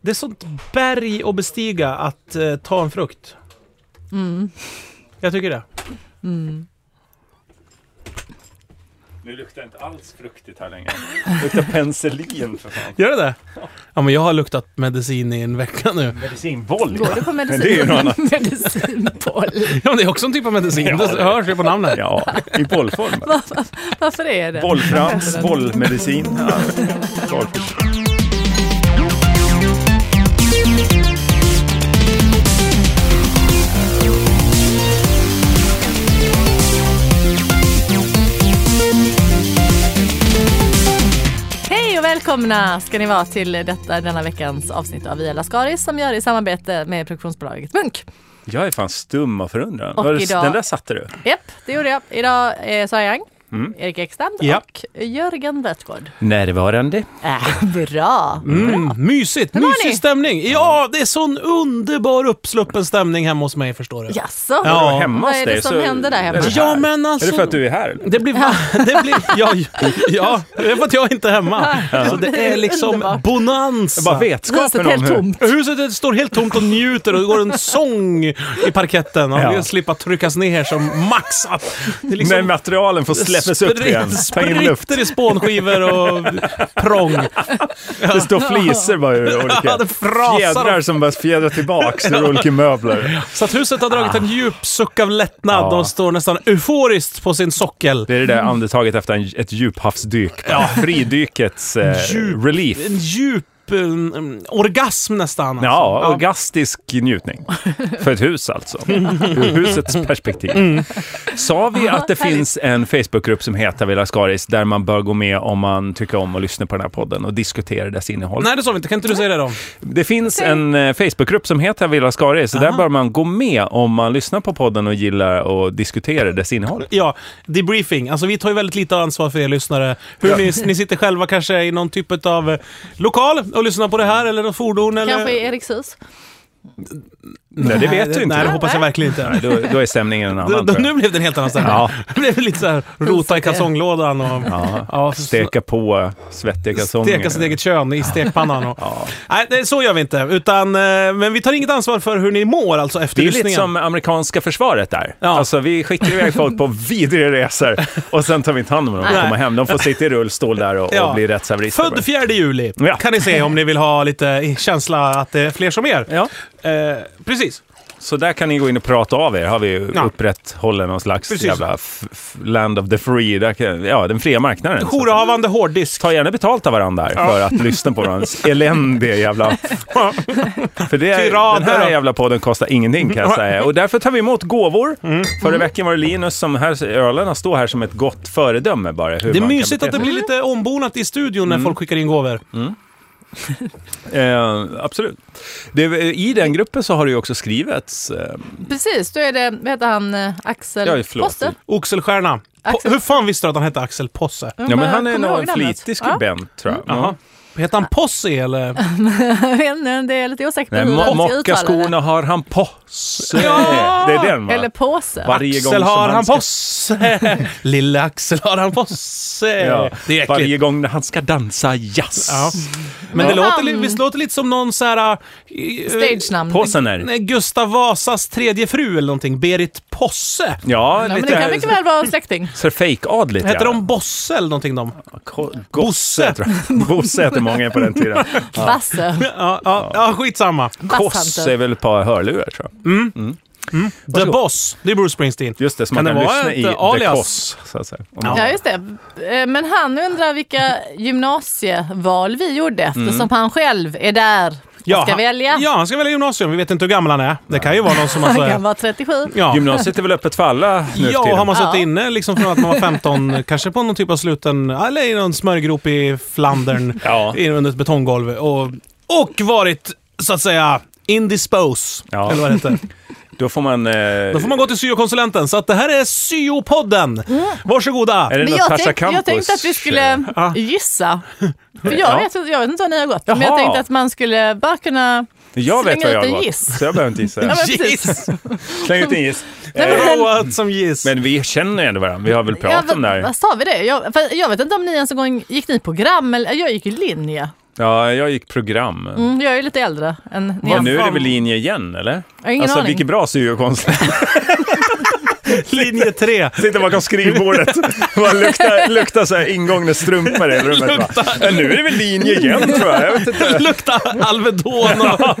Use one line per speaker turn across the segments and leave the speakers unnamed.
Det är sånt berg att bestiga att eh, ta en frukt.
Mm.
Jag tycker det.
Mm.
Nu luktar inte alls fruktigt här längre. Det luktar penicillin för fan.
Gör det det? Ja, men jag har luktat medicin i en vecka nu.
Medicinboll.
Går du på
Men det är ju något annat.
medicin? medicinboll?
Ja, men det är också en typ av medicin.
Ja,
det
det-
hörs ju på namnet.
Ja, i bollform.
Varför är det?
Bollfrans, bollmedicin. Ja.
Hej och välkomna ska ni vara till detta, denna veckans avsnitt av Via Lascaris som gör i samarbete med produktionsbolaget Munk.
Jag är fan stum av förundran.
Och
Var det-
idag-
Den där satte du.
Japp, det gjorde jag. Idag är Sara Young,
Mm.
Erik Ekstrand
Ja.
och Jörgen Wretgård.
Närvarande.
Äh, bra!
Mm, mysigt!
Hur mår ni?
Mysig stämning! Ja, det är sån underbar uppsluppen stämning hemma hos mig förstår du.
Jaså?
Ja.
Ja, hemma
Vad
hos
är det
dig,
som
så-
händer där hemma?
Är det,
Ja,
här?
men alltså-
är det för att du är här? eller?
Det blir... Det blir ja, ja, det är för att jag inte är hemma. Så det är liksom
Underbart.
Det är bara
bonanza.
Huset
vetskapen
är
om
helt
hur...
tomt.
Huset står helt tomt och njuter och det går en sång i parketten. Och
Ja.
ja. slippa tryckas ner som maxat. Det är liksom-
När materialen får släppas upp
Sprit-
igen. Ta in luft.
Spritter i spånskivor och prång.
Det står fliser bara ur
Ja,
olika
det frasar.
fjädrar som bara fjädrar tillbaks ur olika möbler.
Så att huset har dragit en djup suck av lättnad
Ja.
och står nästan euforiskt på sin sockel.
Det är det där andetaget efter en, ett djuphavsdyk. Ja. Fridykets eh,
Djup-
relief.
En djup en, en, orgasm nästan. Alltså.
Ja, orgastisk njutning. För ett hus alltså. Ur husets perspektiv.
Mm.
Sa vi att det
härligt.
finns en Facebookgrupp som heter Villa Skaris där man bör gå med om man tycker om att lyssna på den här podden och diskutera dess innehåll?
Nej, det sa vi inte. Kan inte du säga det då?
Det finns en eh, Facebookgrupp som heter Villa Skaris så där bör man gå med om man lyssnar på podden och gillar och diskuterar dess innehåll.
Ja, debriefing. Alltså vi tar ju väldigt lite ansvar för er lyssnare. Hur ni, ni sitter själva kanske i någon typ av eh, lokal och lyssnar på det här eller något fordon eller...
Kanske i Erikshus.
Nej, det vet du
nej,
inte.
Nej, det hoppas jag verkligen inte.
Nej, då, då är stämningen en
Då,
annan.
då,
tror jag.
nu blev det en helt annan stämning.
Ja.
Det blev lite såhär, rota i kalsonglådan och
Ja.
ja,
Steka på svettiga kalsonger.
steka sitt eget kön i stekpannan. Och,
Ja.
Nej, det, så gör vi inte. Utan, eh, men vi tar inget ansvar för hur ni mår alltså efter
Det är lite
lyssningen.
som amerikanska försvaret där.
Ja.
Alltså, vi skickar iväg folk på vidriga resor och sen tar vi inte hand om dem när de
Nej.
kommer hem. De får sitta i rullstol där och,
Ja.
och bli rättshaverister.
Född 4 juli
Ja.
kan ni se om ni vill ha lite känsla att det är fler som er.
Ja.
Eh, precis.
Så där kan ni gå in och prata av er. Har vi ju
Ja.
upprätthållit någon slags
Precis.
jävla f- f- land of the free. Där kan, ja, den fria marknaden. Så att-
Jourhavande hårddisk.
Ta gärna betalt av varandra där för att lyssna på varandras eländiga jävla... för det,
Tyranner.
den här jävla podden kostar ingenting kan jag säga. Och därför tar vi emot gåvor.
Mm.
Förra veckan var det Linus som här, ölarna står här som ett gott föredöme bara. hur
Det är
man kan Mm.
mysigt
bete
att det
sig.
blir lite ombonat i studion när folk skickar in gåvor.
Eh, absolut. Det, I den gruppen så har det ju också skrivits... Eh,
Precis, då är det, vad heter han, eh,
Ja,
Axel
förlåt.
Poster?
Oxelstierna. Po-
Axel- Mm.
Hur fan visste du att han hette Axel Posse?
ja, men han är
kommer du
nog
ihåg Mm.
en
namnet?
flitig skribent, tror jag.
Jaha. Heter han Posse eller?
Ja, jag vet inte, det är lite osäkert
Nej,
hur
mo-
han ska
mocka
uttala det.
skorna har han på sig.
Ja!
Det är den va?
Eller påse.
Varje gång
Axel
som
har han
ska-
Posse. Lilla Axel har han Posse.
Ja.
Det är äckligt.
Eh, Varje gång när han ska dansa jazz.
Ja. Men det
Ja.
låter, li- visst låter lite som någon så här... eh,
Stagenamn.
Påsen är...
Nej, Gustav Vasas tredje fru eller någonting, Berit Posse.
Ja,
Ja, men
lite
det kan mycket väl vara en släkting.
så fejkadligt.
Hette
ja.
de Bosse eller någonting de?
Ko- Gosse, tror jag. Bosse hette många på den tiden.
Basse.
Ja, ja, ja skitsamma.
Koss är
Basshunter.
väl ett par hörlurar, tror jag.
The
Varsågod.
Boss, det är Bruce Springsteen.
Just det, som
Kan
man kan
det vara
lyssna
ett,
i
eh,
The
alias?
Koss, så att säga. Mm. Om man-
Ja, just det. Eh, Men han undrar vilka gymnasieval vi gjorde
Mm.
eftersom han själv är där och ska
han,
välja.
Ja, han ska välja gymnasium. Vi vet inte hur gammal han är. Det kan ju vara någon som... Alltså,
Han kan
är-
vara 37.
ja.
Gymnasiet är väl öppet för alla nu för
Ja, och
tiden?
har man suttit
Ja.
inne liksom från att man var 15, kanske på någon typ av sluten, eller i någon smörgrop i Flandern,
Ja.
i- under ett betonggolv och, och varit, så att säga, indisposed.
Ja.
Eller vad det heter.
Då får man... Eh...
Då får man gå till syokonsulenten. Så att det här är syopodden. Varsågoda.
Mm. Är det
Men
något
jag,
Tasha
tänk, jag
Campus?
tänkte att vi skulle
Ja.
gissa. För jag,
Ah. Ja.
vet, inte- jag vet inte vad ni har gått. Men jag
Jaha.
tänkte att man skulle bara kunna...
Jag vet
slänga
vad jag
ut en
har gått,
giss.
så jag behöver inte
Ja,
gissa.
men precis.
Giss!
Släng ut en giss.
Nej,
Eh,
men-
Roat som giss.
Men vi känner ju ändå varandra. Vi har väl pratat
Ja,
om det
vad-
här?
Vad sa vi det? Jag, för jag vet inte om ni ens en gång gick ni program eller jag gick i linje.
Ja, jag gick program.
Mm, jag är ju lite äldre än ni
Och
andra.
nu är det väl linje igen, eller?
har ingen
alltså,
aning.
vilken bra syokonstnär.
Linje 3.
Sitter bakom skrivbordet. Man luktar, luktar så här ingångna strumpor i rummet. va? Ja, nu är det väl linje igen, tror jag. jag vet inte.
Luktar Alvedon och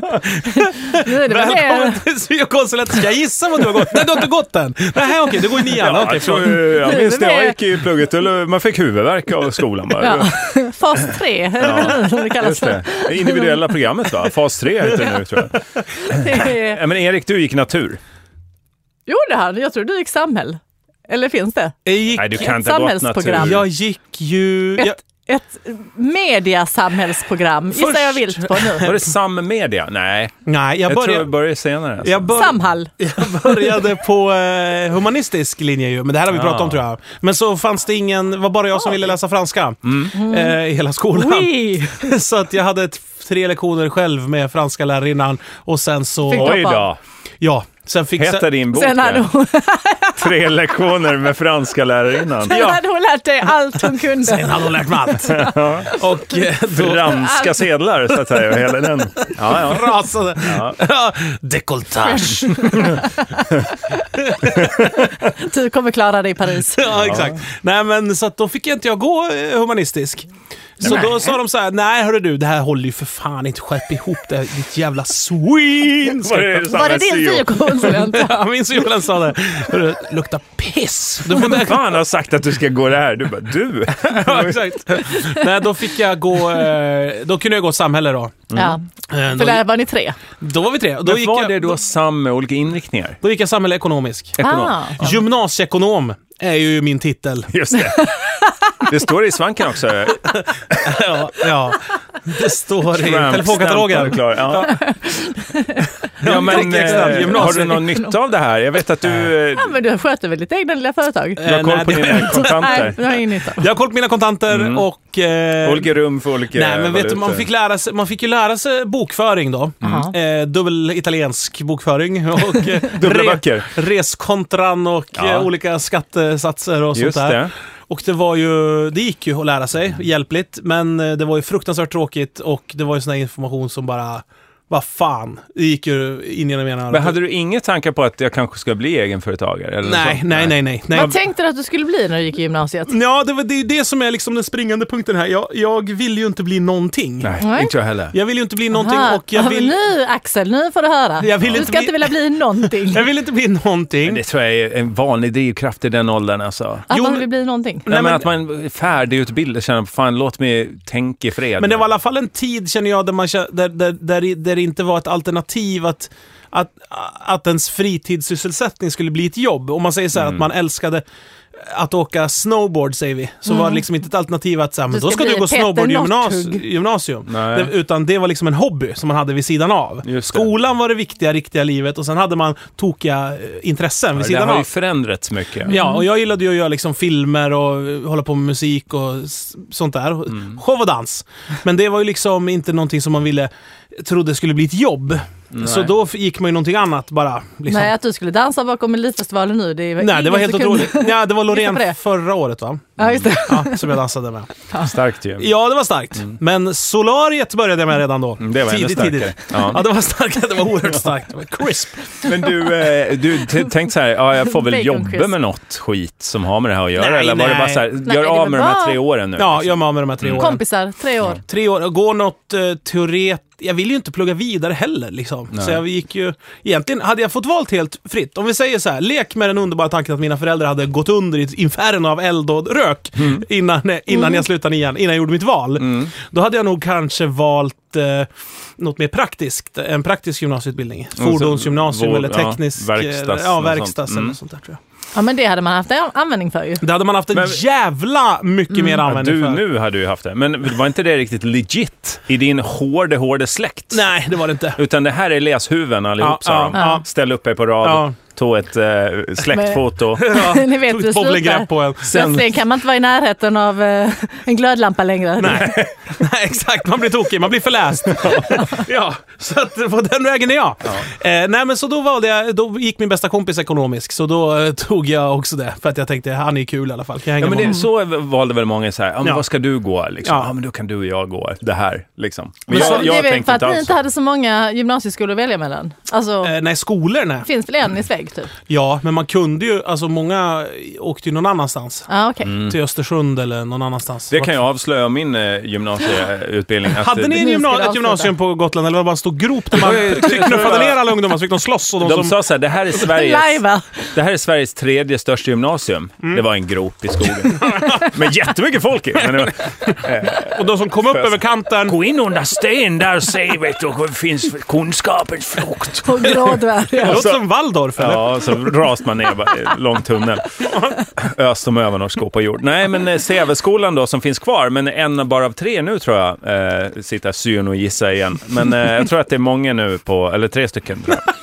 Nu är det väl det.
välkommen till syokonsulent. Ska jag gissa vad du har gått? Nej, du har inte gått än. Nej, okej, du går i nian.
Ja,
okej,
jag,
förlåt.
tror, jag minns när jag gick i plugget, eller man fick huvudvärk av skolan. Bara.
Ja. Fas 3 är det väl som det kallas
Just
för.
det. det individuella programmet, va? Fas 3 heter det nu, tror jag.
Det är-
Ja, men Erik, du gick natur.
Jo, det här. Jag tror du gick samhäll. Eller finns det?
Jag gick,
Nej, du kan inte ha gått
Samhällsprogram.
natur.
jag gick ju... Jag,
Ett, ett mediasamhällsprogram gissar jag
Först-
vilt på nu.
Var det sammedia? Nej,
nej, jag
jag, tror jag
började...
började senare. Alltså.
Jag, bör,
Samhall.
jag började på eh, humanistisk linje ju, men det här har vi pratat om tror jag. Men så fanns det ingen, det var bara jag som ville läsa franska
Mm.
eh, i hela skolan.
Oui.
Så att jag hade ett, tre lektioner själv med franska lärarinnan och sen
Fick
så...
du-
Oj då,
Ja, sen fick...
heter
sen,
din bok
Sen hade
det?
hon,
Tre lektioner med franska lärarinnan.
sen hade hon lärt dig allt hon kunde.
sen hade hon lärt mig allt. och eh, då
Franska sedlar, så att säga, och hela den. Ja, ja.
rasade... Ja. Dekolletage.
Du kommer klara dig i Paris.
Ja, exakt. Nej, men så att då fick jag inte jag gå eh, humanistisk. Så då sa de så här, nej hörru du, det här håller ju för fan inte, skärp ihop det, ditt jävla svin!
Var det,
Var det din
samma syo?
syokonsulent?
Ja, min syrra sa det. Hörru, lukta piss! Du får
Vem
inte...
fan har sagt att du ska gå det här? Du bara, du?
ja, exakt. Nej, då fick jag gå, eh, då kunde jag gå samhälle då.
Ja,
Eh,
för
Då,
där var ni tre.
då var vi tre. Då
Då
gick,
var
jag,
det då samma olika inriktningar?
då gick jag samhälle ekonomisk.
Ekonom.
Ah.
Gymnasieekonom är ju min titel.
Just det. Det står i svanken också.
Ja, ja. Det står i telefonkatalogen.
Klar. Ja. Ja, men,
Exakt,
eh, har du
gymnasiet.
någon nytta av det här? Jag vet att du, eh,
Ja, men du sköter väl ditt egna lilla företag?
du har koll
nej,
på
det-
dina
Nej,
Eh, kontanter.
det har jag ingen nytta av.
Jag har koll på mina kontanter och... eh,
Olika rum för olika
Nej, men vet du,
valutor.
man, fick lära sig, man fick ju lära sig bokföring då.
Mm. Jaha.
Eh, dubbel italiensk bokföring. Och, eh,
Dubbla böcker.
Reskontran och
Ja.
eh, olika skattesatser och
Just
sånt där.
det. Mm.
Och det var ju, det gick ju att lära sig hjälpligt, men eh, det var ju fruktansvärt tråkigt och det var ju sån här information som bara, vad fan, det gick ju in genom ena
Men hade du inga tankar på att jag kanske ska bli egenföretagare? Eller
Nej,
så?
nej, nej, nej. nej.
Vad tänkte du att du skulle bli när du gick i gymnasiet?
Ja, det, var, det är ju det som är liksom den springande punkten här. Jag, jag vill ju inte bli någonting.
Nej,
Nej.
inte jag heller.
Jag vill ju inte bli någonting
Aha.
och jag vill...
Nu Axel, nu får du höra.
Jag vill
du
inte
ska
bli-
inte vilja bli någonting.
Jag vill inte bli någonting.
Det tror jag är en vanlig drivkraft i den åldern alltså.
Att
Jo,
man
men-
vill bli någonting.
Nej, men
men-
att man är färdigutbildad känner, fan låt mig tänka i fred.
Men det var i alla fall en tid, känner jag, där, man, kä- där, där, där, där det inte var ett alternativ att, att, att ens fritidssysselsättning skulle bli ett jobb. Om man säger så här
Mm.
att man älskade att åka snowboard, säger vi, så var det liksom inte ett alternativ att så här, men
Du
då
Mm. ska
ska
bli
du gå
Peter
snowboardgymnasium.
Northug.
Gymnasium.
Nej.
Det, utan det var liksom en hobby som man hade vid sidan av.
Just det.
Skolan var det viktiga, riktiga livet och sen hade man tokiga eh, intressen vid
det
sidan
har
av.
ju förändrats mycket.
Ja, och jag gillade ju att göra liksom filmer och eh, hålla på med musik och s- sånt där. Show och dans. Men det var ju liksom inte någonting som man ville, trodde skulle bli ett jobb. Så då f- gick man ju någonting annat bara. Liksom.
Nej,
Nej,
att du skulle dansa bakom Melodifestivalen nu, det var
det
ingen
var helt
som kunde-
otroligt. Ja, det var
Gissa på det.
Loreen förra året va?
Ja, just det.
Ja, som jag dansade med.
Starkt ju.
Ja, det var starkt. Men Solariet började jag med redan då.
Mm, det var ännu starkare. Ja.
Ja. det var starkt. Det var oerhört starkt. Det var crisp.
Men du, eh, du t- tänkte så här, ja, jag får väl
Baconquiz.
jobba med något skit som har med det här att göra?
Nej,
eller var det
nej.
bara så här,
Nej,
gör
det
av
var
med de här
bra.
tre åren nu? Alltså,
Ja, jag är med om de här
Mm.
tre åren.
Kompisar, tre år.
tre år och gå något eh, teoret... Jag vill ju inte plugga vidare heller. Liksom. Så jag gick ju... Egentligen hade jag fått valt helt fritt. Om vi säger så här, lek med den underbara tanken att mina föräldrar hade gått under i ett inferno av eld och rök
Mm.
innan, eh, innan jag slutade igen, innan jag gjorde mitt val. Då hade jag nog kanske valt eh, något mer praktiskt, en praktisk gymnasieutbildning.
Mm, så-
Fordonsgymnasium
vår-
eller
ja,
teknisk... eh,
verkstads-
ja,
något sånt.
verkstads
Mm.
eller sånt där tror jag.
Ja, men det hade man haft an- användning för ju.
Det hade man haft en
Men- Mm.
jävla mycket mer
Ja,
användning
du,
för.
nu hade du haft det. Men var inte det riktigt legit i din hårde, hårde släkt?
Nej, det var det inte.
Utan det här är läshuvuden allihop,
Ja,
sa
ja,
de.
ja.
Ställ upp er på rad,
Ja.
tog ett eh, släktfoto.
Ni vet
Tog
hur
ett
det slutar.
bobblegrepp på en.
Plötsligt kan man inte vara i närheten av eh, en glödlampa längre.
Nej. Nej, exakt. Man blir tokig, man blir förläst. ja, så att på den vägen är jag. Eh, nej, men så då valde jag, då gick min bästa kompis ekonomisk, så då eh, tog jag också det. För att jag tänkte, han är kul i alla fall. Kan jag hänga
Ja, men
med
det,
honom?
så valde väl många så här, Mm. ja, men
Ja.
vad ska du gå? Liksom. Ja.
Ja.
men då kan du och jag gå det här. Liksom.
Men så-
jag,
det är
jag
väl
tänkte
för att
inte
ni
alls
inte
så.
hade så många gymnasieskolor att välja mellan. Alltså,
Eh, nej, skolor nej.
finns väl en i Sveg typ?
Ja, men man kunde ju, alltså många åkte ju någon annanstans.
Ja, okej.
Till Östersund eller någon annanstans.
Mm. Det kan jag avslöja om min eh, gymnasieutbildning. att-
Hade ni en
Nu ska
gymna-
det
ett gymnasium på Gotland eller var det bara en stor grop där man
Det var ju-
knuffade ner alla ungdomar så fick de slåss och de,
De
som...
sa så här, det här Mm. är Sveriges,
Lajva.
det här är Sveriges tredje största gymnasium. Det var en grop i skogen. Med jättemycket folk i. Men det var,
Och de som kom upp över kanten
Gå in under sten där och se, vet du, det finns kunskapens frukt.
På Grådberg.
Det
Och så-
låter som Waldorf, eller?
Alltså- Ja, så rast man ner bara i en lång tunnel. Ös som öven och skåpa jord. Nej, men eh, Säveskolan då, som finns kvar, men en bara av tre nu tror jag. Eh, sitta syn och gissa igen. Men eh, jag tror att det är många nu på, eller tre stycken tror jag.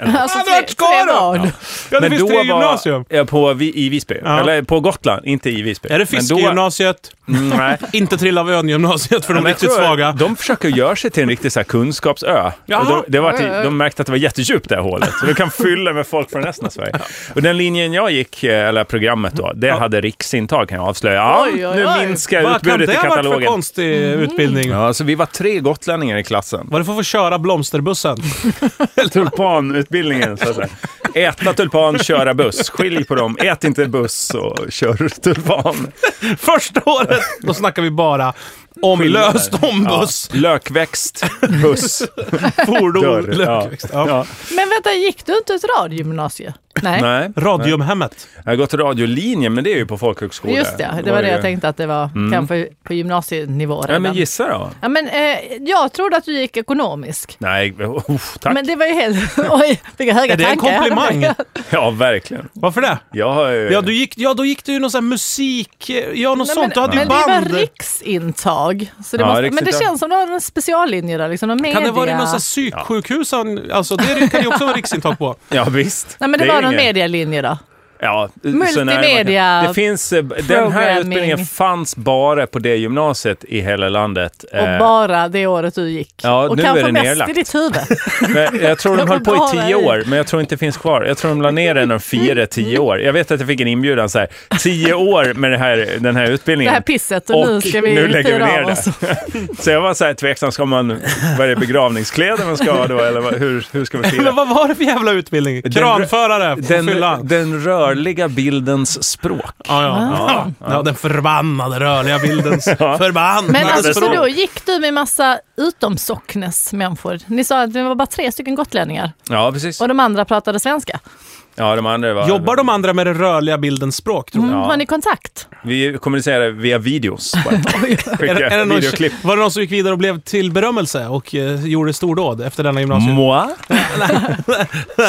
Alltså,
Ja, det var ett skara!
barn.
Ja, det
men
finns tre gymnasium.
Ja, på, Vi- I Visby.
Ja.
Eller på Gotland, inte i Visby.
Är det
Men då-
fiskegymnasiet?
Mm, Nej.
Inte Trilla av ön-gymnasiet för de
Men jag
riktigt
tror att
svaga.
De försöker göra sig till en riktig så här kunskapsö.
Jaha.
Och De, det var
Oj, oj,
till,
oj.
de märkte att det var jättedjupt det här hålet, så du kan fylla med folk från resten av Sverige. Och den linjen jag gick, eh, eller programmet då, det hade riksintag kan jag avslöja. Ja,
Oj, oj,
nu
oj.
minskar
Vad kan
utbudet i
det ha varit för
katalogen.
konstig
Mm.
utbildning?
Ja, så vi var tre gotlänningar i klassen.
Var det för att få köra blomsterbussen?
Tulpanutbildningen, så att säga. Äta tulpan, köra buss. Skilj på dem. Ät inte buss och kör tulpan.
Första året, då snackar vi bara om
Skillnader.
löst ombuss.
Ja. Lökväxt, buss,
Fordon,
dörr.
lökväxt. Ja.
Ja. Ja.
Men vänta, gick du inte ett radiogymnasium? Nej.
Nej.
Radiumhemmet.
Jag har gått radiolinjen, men det är ju på folkhögskola.
Just det, det var det
ju-
jag tänkte att det var kanske på gymnasienivå
Nej,
redan.
men gissa då.
ja, men, eh, jag trodde att du gick ekonomisk.
Nej, oh, tack.
Men det var ju helt... Oj, vilka höga
Är det en
tankar jag hade.
komplimang?
Ja, verkligen.
Varför det?
Jag har ju...
Ja, du gick, ja, då gick du ju någon sån här musik... Ja, något
Nej,
sånt. Du hade ju
men det
band.
var riksintag. Så det
Ja,
måste, men det
riksintag.
känns som du har en speciallinje där. Liksom, någon media.
Kan det vara någon sån här psyksjukhus? han- Alltså, det kan ju också vara riksintag på.
Ja, visst.
Nej, men det,
är
var
ju
någon
ingen-
medialinje då.
Ja, så
Multimedia,
nära- Det finns... eh, Den här
programming.
utbildningen fanns bara på det gymnasiet i hela landet.
Och
Eh,
bara det året du gick.
ja,
och
nu
kanske
är det
mest
nedlagt.
i ditt huvud.
men jag tror de
Jag
höll på i
bara
tio
i.
år, men jag tror inte det finns kvar. Jag tror de la ner den om fyra, tio år. Jag vet att jag fick en inbjudan så här, tio år med det här, den här
Det
utbildningen.
här pisset och, nu ska vi
nu lägger vi
fira
ner
av oss.
det. Så jag var så här tveksam, ska man, vad är det begravningskläder man ska ha då eller vad, hur, hur ska vi fira?
Men vad var det för jävla utbildning? Kranförare på fyllan.
den rörliga bildens språk.
Ja, ja.
Ah.
Ja.
Ja, den förbannade rörliga bildens förbannade
Men alltså, så
språk.
då gick du med massa utomsocknes människor. Ni sa att det var bara tre stycken gotlänningar
Ja, precis.
och de andra pratade svenska.
Ja, de andra var,
Jobbar de andra med det rörliga bildens språk, tror
Mm,
Ja.
Har ni kontakt?
Vi kommunicerar via videos. bara. Skicka
jag? Är, det- är det någon,
videoklipp.
var det någon som gick vidare och blev till berömmelse och eh, gjorde stordåd efter denna gymnasium?
Moi,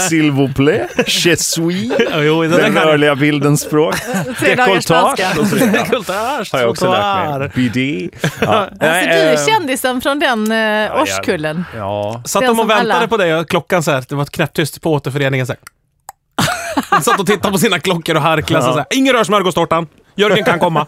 s'il vous plaît, je suis.
Ja, jo, den där
Den
kan
rörliga bildens språk.
Tre dagars
Décolletage
franska.
och så vidare.
Kultage,
Har jag också lärt mig.
trottoar.
Bidé. Ja.
Alltså,
Nej,
du
eh,
är kändisen från den eh, årskullen.
Ja,
Satt
Den
de
som
och väntade
alla.
på dig och klockan så här, det var knäpptyst på återföreningen så här. De satt och tittade på sina klockor och harklade sig så här. Ingen rör smörgåstårtan. Jörgen kan komma.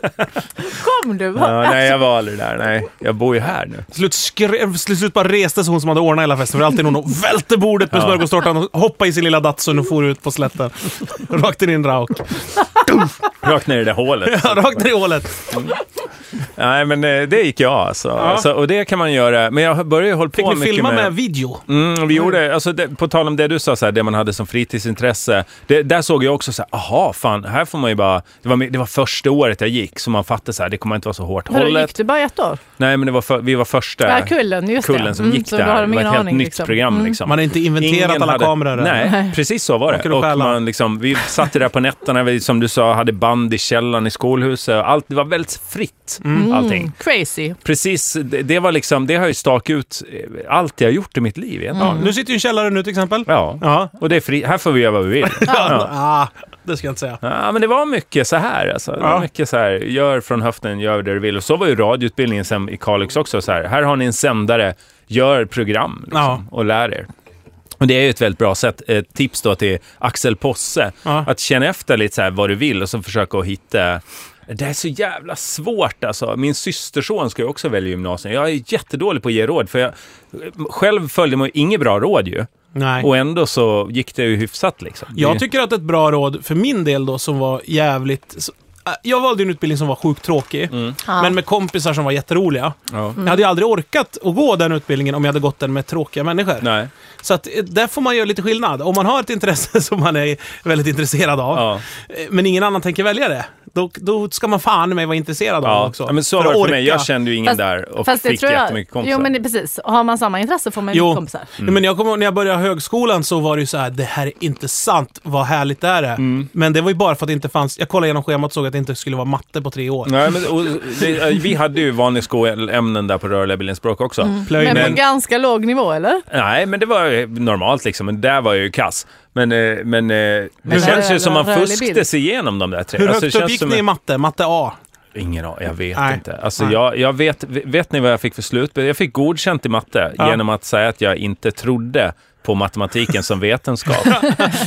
Kom du!
Ja, nej, jag var aldrig där. Nej, jag bor ju här nu.
Slut, skrev, slut, slut bara reste sig hon som hade ordnat hela festen. För alltid hon och välte bordet med smörgåstårtan och hoppade i sin lilla Datsun och for ut på slätten. Rakt in i en rauk.
Rakt ner i det där hålet.
Ja, rakt ner i hålet.
Nej, men eh, det gick jag alltså. alltså. Och det kan man göra. Men jag började ju hålla
Fick
på
ni
mycket
filma med video?
Mm, vi gjorde, alltså det, på tal om det du sa, så här, det man hade som fritidsintresse. Det, där såg jag också så här, aha, fan, här får man ju bara... Det var, mi- det var första året jag gick, så man fattade så här, det kommer inte vara så hårt
Vadå,
hållet.
gick du bara ett år?
Nej, men det var för, vi var första
Ja, kullen, just det.
kullen som
Mm,
gick
så
där.
då har de
det var ett
ingen
helt
aning,
nytt
liksom.
program
Mm.
liksom.
Man har inte inventerat alla
hade-
kameror.
Nej, precis så var det.
kunde
Och
stjäla.
man liksom, vi satt ju där på nätterna, vi, som du sa, hade band i källaren i skolhuset. och Allt, det var väldigt fritt,
Mm.
allting.
Crazy.
Precis, det, det var liksom, det har ju stakat ut eh, allt jag har gjort i mitt liv egentligen.
Ja, nu sitter ju en källare nu till exempel.
Ja.
Mm. Ja.
Och det är fri, här får vi göra vad vi vill. Ja.
Ah, det ska jag inte säga.
Ja, men det var mycket så här. Alltså. Det var
Ja.
mycket så här, gör från höften, gör det du vill. Och så var ju radioutbildningen sen i Kalix också. Så här. här har ni en sändare, gör program liksom,
Ja.
och lär er. Och det är ju ett väldigt bra sätt. Ett tips då till Axel Posse.
Ja.
Att känna efter lite så här vad du vill och så försöka att hitta... Det är så jävla svårt alltså. Min systerson ska ju också välja gymnasium. Jag är jättedålig på att ge råd för jag själv följde man ju inget bra råd ju.
Nej.
Och ändå så gick det ju hyfsat liksom.
Jag
Det-
tycker att ett bra råd för min del då som var jävligt... så- äh, Jag valde en utbildning som var sjukt tråkig,
Mm.
Ja.
men med kompisar som var jätteroliga.
ja.
Jag hade ju aldrig orkat att gå den utbildningen om jag hade gått den med tråkiga människor.
Nej.
Så att, eh, där får man göra lite skillnad. Om man har ett intresse som man är väldigt intresserad av,
Ja.
eh, men ingen annan tänker välja det, då, då ska man fan med vara intresserad av det
Ja.
också.
ja, men så
För
var
att
det för mig.
orka.
Jag kände ju ingen där och fick jättemycket kompisar.
Jo men det, precis, har man samma intresse får man ju
Jo.
kompisar.
Ja, Men jag kommer ihåg när jag började högskolan så var det ju så här, det här är inte sant, vad härligt det här är.
Mm.
Men det var ju bara för att det inte fanns, jag kollade igenom schemat och såg att det inte skulle vara matte på tre år.
Nej, men, och, det, vi hade ju vanliga skolämnen där på rörliga bildens språk också.
Plöj
Men på
men,
ganska låg nivå eller?
Nej, men det var ju normalt liksom. Men där var jag ju kass. Men, eh, men eh, det
Men
känns
rör-
ju som man
rörlig
fuskade
bild.
sig igenom de där tre.
Hur
Alltså, det
högt
känns
upp gick
som
ni i
en-
matte? Matte A?
Ingen aning, jag vet
Nej.
inte. Alltså,
Nej.
jag, jag vet, vet ni vad jag fick för slut? Jag fick godkänt i matte
Ja.
genom att säga att jag inte trodde på matematiken som vetenskap.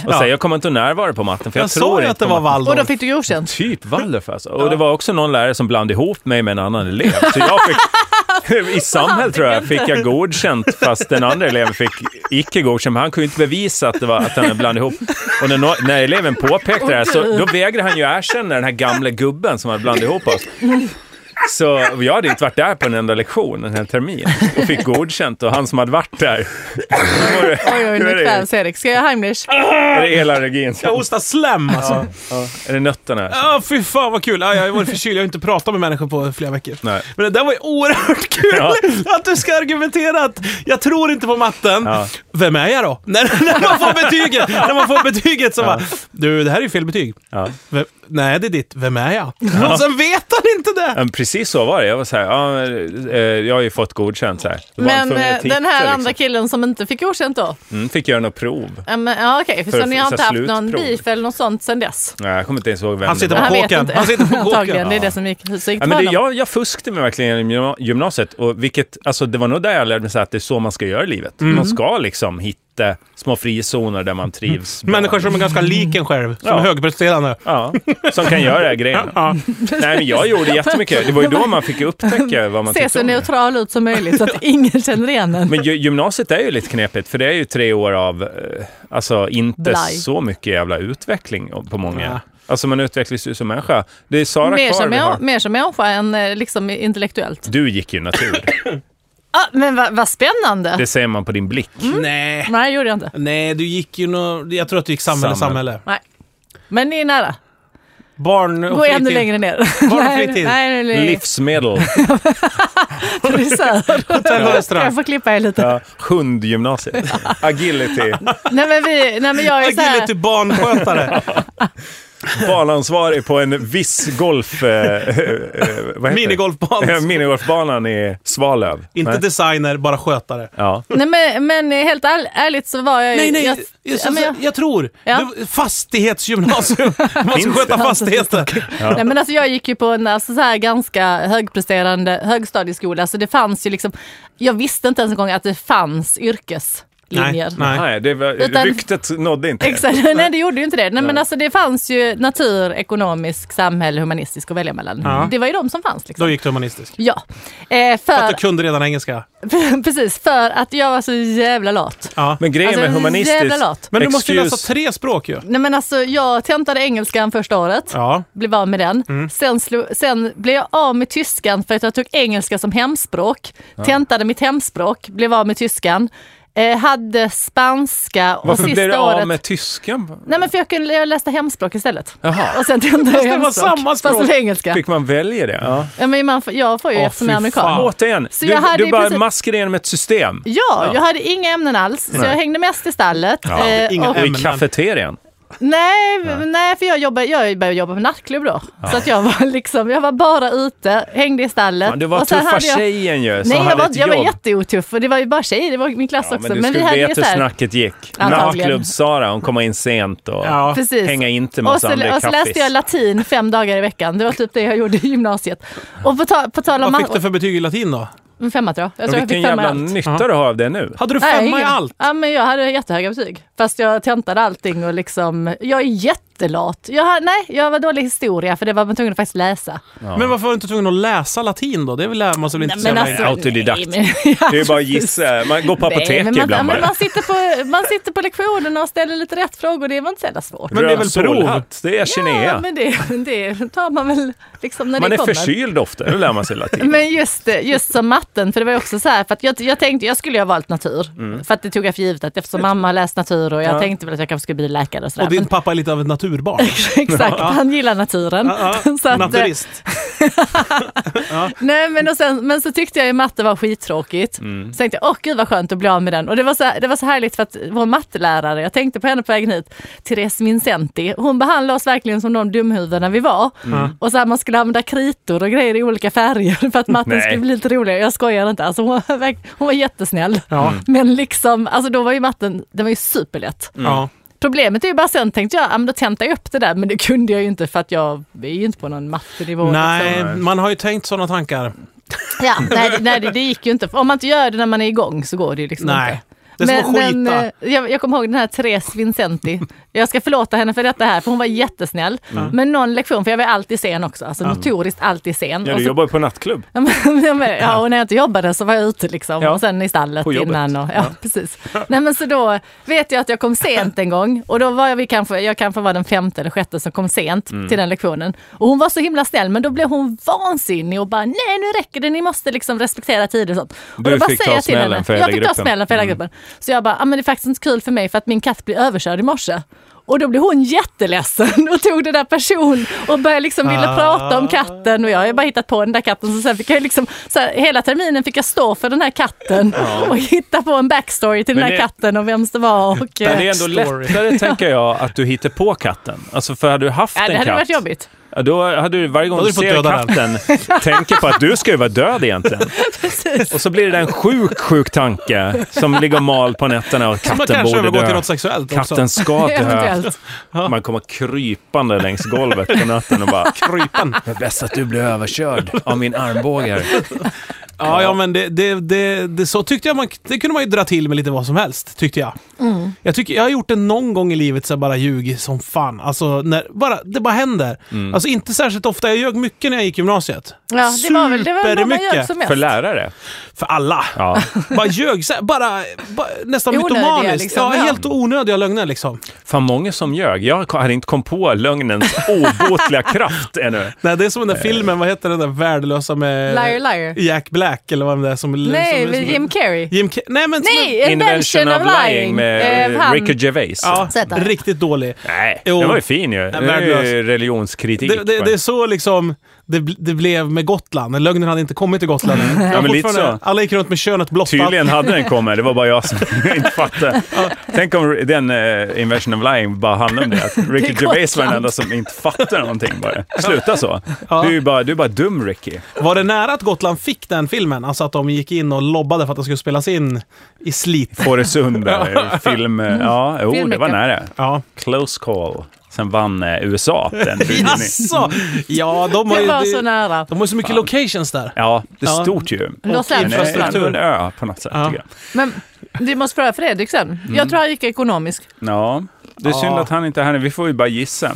Och säga, jag kommer inte att närvara på matten, för jag,
Jag
tror
sa ju
inte
att det
på
var
matten.
Och då
Waldorf.
fick du godkänt.
Typ Waldorf alltså. Och det var också någon lärare som blandade ihop mig med en annan elev. Så jag fick, I samhäll tror jag fick jag godkänt fast den andra eleven fick icke godkänt. Men han kunde ju inte bevisa att, det var, att han hade blandat ihop. Och när, no- när eleven påpekade det här så då vägrade han ju erkänna den här gamla gubben som hade blandat ihop oss. Så jag hade inte varit där på en enda lektion en hel termin och fick godkänt och han som hade varit där. Nu var det-
Oj, oj,
nu är
nu
det-
kvävs Erik. Ska jag Heimlich?
är det elallergin?
Jag hostar slem alltså. Ja,
Är det nötterna?
fy fan vad kul. Ah, jag har varit förkyld, jag har inte pratat med människor på flera veckor.
Nej.
Men det där var ju oerhört kul!
Ja.
Att du ska argumentera att jag tror inte på matten.
Ja.
Vem är jag då? När, när man får betyget, när man får betyget så bara, du det här är ju fel betyg.
Ja.
Vem, nej, det är ditt. Vem är jag? Och sen vet han inte det!
Ja, men precis så var det. Jag var så här, ja, men, eh, jag har ju fått godkänt så här. Då var han
Men
tvungen att
eh,
titta,
den här andra
liksom.
killen som inte fick godkänt då?
mm, Fick göra något prov.
Ja, men, ja, okej, för
För-
så ni har
för
inte haft någon
slutprov.
beef eller något sånt sen dess?
Nej, jag kommer inte ens ihåg vem
Han sitter
det
på
var.
Han vet
kåken.
inte.
Han sitter på kåken.
Antagligen, det är det som gick, så gick
Ja,
för
men det,
honom.
jag, jag fuskade mig verkligen i gymna- gymnasiet. Och vilket, alltså, det var nog där jag lärde mig så här, att det är så man ska göra i livet.
Mm.
Man ska liksom hitta små frizoner där man trivs. bra.
Människor som är ganska lik en själv, som
Ja.
är högpresterande.
Ja, som kan göra grejer.
Ja.
Nej, men jag gjorde jättemycket. Det var ju då man fick upptäcka vad man
Se
tyckte
så
om. det.
neutral ut som möjligt så att ingen känner igen en.
Men gy- gymnasiet är ju lite knepigt, för det är ju tre år av, eh, alltså inte
Blaj.
så mycket jävla utveckling på många.
Ja.
Alltså man utvecklas ju som människa. Det är Sara
Mer
kvar
som,
vi
jag,
har.
mer som människa än eh, liksom intellektuellt.
Du gick ju natur.
Ah, men vad vad spännande!
Det ser man på din blick.
Mm.
Nej.
Nej, det gjorde jag inte.
Nej, du gick ju nå... Jag tror att du gick samhälle,
Samhälle.
samhälle.
Nej. Men ni är nära.
Barn och
Gå
fritid.
ännu längre ner.
och
nej,
fritid.
nej, nej, nej.
Livsmedel.
Frisör.
Hotell och
Ska jag
restaurang.
få klippa er lite?
Ja, Hundgymnasiet. Agility.
Nej, men vi, nej, men jag är så här,
Agility barnskötare.
Banansvarig på en viss golf... Eh, eh, vad heter
Minigolfbana.
det? Minigolfbanan i Svalöv.
Inte
Nej.
designer, bara skötare.
Ja.
nej, men, men helt all, ärligt så var jag ju...
Nej, nej,
jag,
jag,
ja, men jag,
jag tror.
Ja.
Det- Fastighetsgymnasium. Man ska
Finns
sköta
det?
fastigheter.
Nej, men alltså, jag gick ju på en alltså, så här, ganska högpresterande högstadieskola så det fanns ju liksom... Jag visste inte ens en gång att det fanns yrkeslinjer.
Nej, nej.
Nej, det var,
Utan-
ryktet nådde inte.
Exakt, nej det gjorde ju inte det. Nej, men alltså det fanns ju natur, ekonomisk, samhälle, humanistisk att välja mellan.
Ja.
Det var ju de som fanns liksom.
Då gick du humanistisk.
Ja, eh,
För att
för,
du kunde redan engelska.
precis för att jag var så jävla lat.
Ja. Men,
Men grejen
Alltså,
med humanistiskt...
jävla lat.
du måste ju
Excuse-
läsa tre språk ju.
Nej men alltså jag tentade engelskan första året,
Ja.
blev av med den.
Mm.
Sen, slog, sen blev jag av med tyskan för att jag tog engelska som hemspråk. Tentade mitt hemspråk, blev av med tyskan. Eh, hade spanska och
Varför
sista
blev du
året...
av med tyskan?
Nej men för jag, kunde, jag läste hemspråk istället.
Jaha.
Och sen tentade jag
det var
hemspråk.
samma språk.
Fast det var engelska.
Fick man välja det? Ja.
Ja, men man, får- jag får ju
Åh,
eftersom
fy
jag är amerikan.
fan.
Återigen,
Så
du,
jag hade
du
ju
bara
precis-
maskade igenom ett system.
Ja, jag hade inga ämnen alls, så jag hängde mest i stallet.
Ja.
Eh,
Inga
och,
Och
Ja,
i
men-
kafeterian.
nej, nej, för jag, jobbade, jag började jobba på nattklubb då. Så att jag, var liksom, jag var bara ute, hängde i stallet.
Ja, du var
och sen
tuffa
hade jag-
tjejen ju, som
Nej, jag
hade
var,
ett
jag var
jobb.
jätteotuff. Och det var ju bara tjejer, det var min klass
Ja,
också.
men du
men vi
skulle
hade ju
veta hur
så här-
snacket gick.
Antagligen.
Nattklubbs-Sara, hon kom in sent och
Ja.
Precis.
hänga inte med
Och
oss
så,
andra
och så läste jag
kaffis.
latin fem dagar i veckan. Det var typ det jag gjorde i gymnasiet. Och på, ta, på tal om...
Vad
ma-
fick du för betyg i latin då?
en femma tror jag. Jag
Och
tror jag
vilken
fick femma i
jävla
allt.
nytta du har av det nu.
Hade du femma i
ingen.
allt?
Ja, men jag hade jättehöga betyg. Fast jag tentade allting och liksom, jag är jättelat. Jag, har- nej, jag var dålig i historia för det var man tvungen att faktiskt läsa.
Men varför var du inte tvungen att läsa latin då? Det vill lär man sig väl inte
Nej,
sen?
men alltså-
man är autodidakt.
nej, men-
Det är ju bara att gissa. Man går på
Nej,
apoteket
men man,
ibland
men
bara.
man, sitter på, man sitter på lektionerna och ställer lite rätt frågor. Det var inte så jävla svårt.
Men det är väl prov?
Rövsålhatt, Det är Kinea.
Ja, men det, det tar man väl liksom när
man
det
är
kommer.
förkyld ofta. Hur lär man sig latin?
Men just, det- just som matten, för det var ju också så här, för att jag, jag tänkte, jag skulle ju ha valt natur. För att det tog jag för givet att eftersom mamma har läst natur och jag
Mm. Ja.
tänkte väl att jag kanske skulle bli läkare och sådär.
Och din
Men-
pappa är lite av ett naturbarn.
Exakt, han gillar naturen.
Ja, ja.
Så att, eh,
Naturist.
Mm.
nej, men, och sen, men så tyckte jag ju matte var skittråkigt. Så tänkte jag, åh gud vad skönt att bli av med den. Och det var så, det var så härligt för att vår mattelärare, jag tänkte på henne på vägen hit, Therese Vincenti, hon behandlade oss verkligen som de dumhuvudena vi var. Och så här, man skulle använda kritor och grejer i olika färger för att matten
Nej.
skulle bli lite roligare. Jag skojar inte, alltså, hon, var, verk- hon var jättesnäll.
Ja.
Men liksom, alltså, då var ju matten, den var ju superlätt.
Ja.
Problemet är ju bara sen tänkte jag, ja, men då tentar jag upp det där, men det kunde jag ju inte för att jag är ju inte på någon mattenivå. Liksom.
Nej, man har ju tänkt sådana tankar.
Ja, nej, det- nej det, det gick ju inte. Om man inte gör det när man är igång så går det ju liksom
Nej.
inte.
Det är som att
men,
skita.
eh, jag, jag kommer ihåg den här Therese Vincenti. Jag ska förlåta henne för detta här, för hon var jättesnäll.
Mm.
Men någon lektion, för jag var alltid sen också, alltså notoriskt alltid sen.
Ja,
Och
du
så-
jobbar ju på nattklubb.
Ja, men- ja, men- ja, och när jag inte jobbade så var jag ute liksom.
Ja.
Och sen i stallet
På jobbet.
innan. Och, ja, precis. Nej, men så då vet jag att jag kom sent en gång. Och då var jag, vi kanske, jag kanske var den femte eller sjätte som kom sent
Mm.
till den lektionen. Och hon var så himla snäll, men då blev hon vansinnig och bara nej nu räcker det, ni måste liksom respektera tid och sånt. Och
Du
då bara
fick ta
säger jag till
smällen
henne-
för
Jag
hela
fick ta
gruppen.
smällen för hela gruppen. Så jag bara, ah, men det är faktiskt inte kul för mig för att min katt blir överkörd i morse. Och då blev hon jätteledsen och tog det där person och började liksom ville
Ah.
prata om katten och jag har ju bara hittat på den där katten. Så sen fick jag ju liksom, så här, hela terminen fick jag stå för den här katten och hitta på en backstory till
Men
den här
det-
katten och vem det var. Och,
Men
eh,
det är ändå
Story.
lättare, tänker jag, att du hittar på katten. Alltså, för hade du haft
ja, det
en
hade varit
katt,
jobbigt.
ja, då hade du varje gång
Då hade
du
du fått
ser
döda
katten tänker på att du ska ju vara död egentligen. Och så blir det en sjuk, sjuk tanke som ligger och mal på nätterna och
Man
katten
kanske
borde
övergår till
dö.
något sexuellt också.
Katten ska dö.
Eventuellt.
Man kommer krypande längs golvet på natten och bara
Krypen.
Det är bäst att du blir överkörd av min armbåge. här."
Ja, ja, men det, det, det, det, så tyckte jag man, det kunde man ju dra till med lite vad som helst, tyckte jag.
Mm.
Jag, tycker, jag har gjort det någon gång i livet, så jag bara ljugit som fan. Alltså, när, bara, det bara händer. Alltså inte särskilt ofta, jag ljög mycket när jag gick gymnasiet.
Ja, det var väl det var väl många jobb
Supermycket.
som
För
mest.
lärare?
För alla.
Ja.
Bara ljög, så här, bara, bara nästan
Onödiga
mytomaniskt.
liksom,
ja,
ja.
helt onödiga lögner liksom.
Fan, många som ljög. Jag hade inte kommit på lögnens obotliga kraft ännu.
Nej, det är som den där filmen, vad heter den där värdelösa med...
Liar, liar.
Jack Black eller vad det är som...
Nej,
som,
med Jim Carrey.
Jim Ke- Nej, men... som-
Nej, Invention of Lying.
med
Eh, han-
Ricky Gervais.
Ja,
Sätt den.
riktigt dålig.
Nej,
Jo.
den var ju fin ju. Det är ju
värdelös.
religionskritik.
Det, det, det är så liksom det, bl- det blev med Gotland. Lögnen hade inte kommit till Gotland än. Det var
men lite
fortfarande-
så.
Alla gick runt med könet blottat.
Tydligen hade den kommit, det var bara jag som inte fattade. Tänk om den eh, Invention of Lying bara handlade om det. Att Ricky
Det är
Gervais var den
Gotland.
enda som inte fattade någonting bara. Sluta så. Du är ju bara, du är bara dum Ricky.
Var det nära att Gotland fick den filmen? Alltså att de gick in och lobbade för att den skulle spelas in i slit.
Fårösund där, film... eh, Ja, jo, det var
Filmveckan.
nära.
Ja.
Close call. Sen vann eh, USA den videon.
Jaså? Ja, de har
Det
ju...
var så
Det,
nära.
de har ju så mycket locations där.
Ja, det är
Ja.
stort ju.
Los
Men det
Angeles.
är ändå en
infrastruktur.
ö på något sätt.
Ja.
tycker jag.
Men du måste fråga Fredrik sen.
Mm.
Jag tror han gick ekonomisk.
Ja, det är synd
Ja.
att han inte är här nu. Vi får ju bara gissa.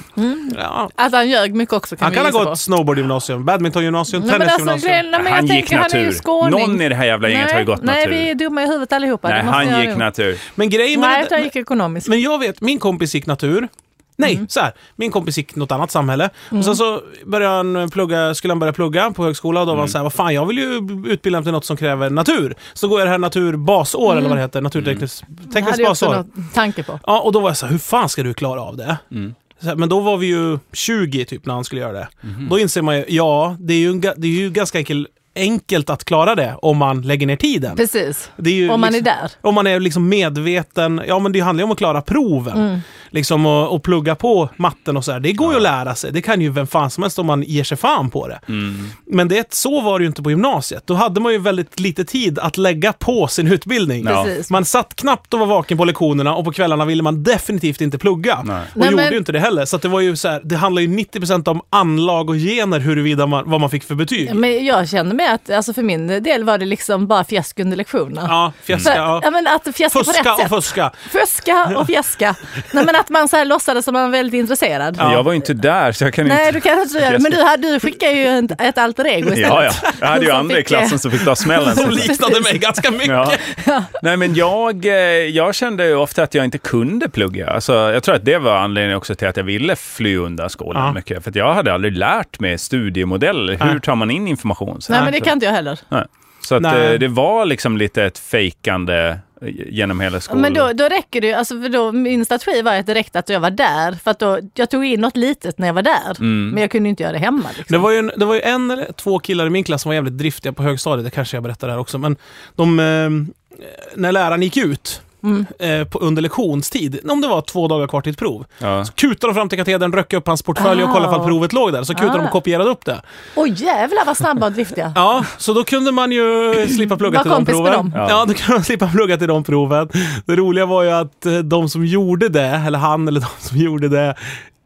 Ja.
Att han ljög mycket också kan
Han
vi
kan ha
gissa på.
gått snowboardgymnasium, badmintongymnasium,
Nej, men alltså,
tennisgymnasium.
grejen, nej, men
han
jag
gick
tänker, han är ju
natur.
skåning.
Någon i det här jävla gänget har ju gått
nej,
natur.
vi är dumma i huvudet allihopa.
Nej,
det måste jag
han gick
nog.
natur.
Men grejen med
Nej,
det-
utan han gick ekonomiskt.
Men jag vet, min kompis gick natur. Nej,
Mm.
så här. Min kompis gick något annat samhälle. Och sen så började han plugga, skulle han börja plugga på högskola och då var
Mm.
han så här, vad fan jag vill ju utbilda mig till något som kräver natur. Så går jag det här naturbasår eller vad det heter, naturtekniskt
Mm. det hade
tekniskt
jag också
basår.
någon tanke på.
Ja, och då var jag så här, hur fan ska du klara av det?
Mm.
Så här, men då var vi ju 20 typ när han skulle göra det.
Mm-hmm.
Då inser man ju, ja, det är ju, en ga- det är ju ganska enkel, enkelt att klara det om man lägger ner tiden.
Precis.
Det är ju
Om man är
liksom-
där. Mm.
om man är liksom medveten, ja men det handlar ju om att klara proven. liksom, och, och plugga på matten och så här. Det går ju att lära sig. Det kan ju vem fan som helst om man ger sig fan på det.
Mm.
Men det, så var det ju inte på gymnasiet. Då hade man ju väldigt lite tid att lägga på sin utbildning.
Ja.
Precis.
Man satt knappt och var vaken på lektionerna och på kvällarna ville man definitivt inte plugga.
Nej.
Och
Nej,
gjorde
men-
ju inte det heller. Så att det var ju så här, det handlar ju 90% om anlag och gener huruvida man, vad man fick för betyg. Ja,
Men jag känner mig att, alltså för min del var det liksom bara fjäsk under lektionerna. För,
fjäska.
Mm. ja.
Ja.
men att fjäska på
Fuska
rätt
och
sätt.
fuska.
Fuska och fjäska. Nej men att man så här låtsades som man var väldigt intresserad.
Jag var ju inte där, så jag kan
Nej,
inte...
du kan inte göra det. Men du, hade- du skickar ju ett, ett alter ego istället.
Ja, ja. Jag hade ju
Som
andra i
fick,
klassen som fick ta smällen.
De
så-
liknade mig ganska mycket.
Ja. Nej, men jag, eh, jag kände ju ofta att jag inte kunde plugga. Alltså, jag tror att det var anledningen också till att jag ville fly undan skolan
Ja.
mycket. För att jag hade aldrig lärt mig studiemodeller. Hur tar man in information? Så,
Nej, men det kan inte jag heller.
Nej. så att,
Nej.
eh, det var liksom lite ett fejkande eh, genom hela skolan.
Men då, då räcker det ju, alltså för då, min strategi var att det räckte att jag var där. För att då, jag tog in något litet när jag var där.
Mm.
Men jag kunde ju inte göra det hemma. Liksom.
Det var, ju en, det var ju en eller två killar i min klass som var jävligt driftiga på högstadiet, det kanske jag berättar där också, men de, eh, när läraren gick ut
Mm.
eh, på, under lektionstid, om det var två dagar kvar till ett prov,
Ja.
så kutade de fram till katedern, röckte upp hans portfölj och kollade ifall
Wow.
provet låg där, så kutade de
Ah.
och kopierade upp det.
Åh jävlar vad snabba och driftiga.
Ja, så då kunde man ju slippa plugga
Var
till de
kompis med
proven.
dem.
Ja.
Ja.
då kunde man slippa plugga till de proven. Det roliga var ju att eh, de som gjorde det, eller han eller de som gjorde det,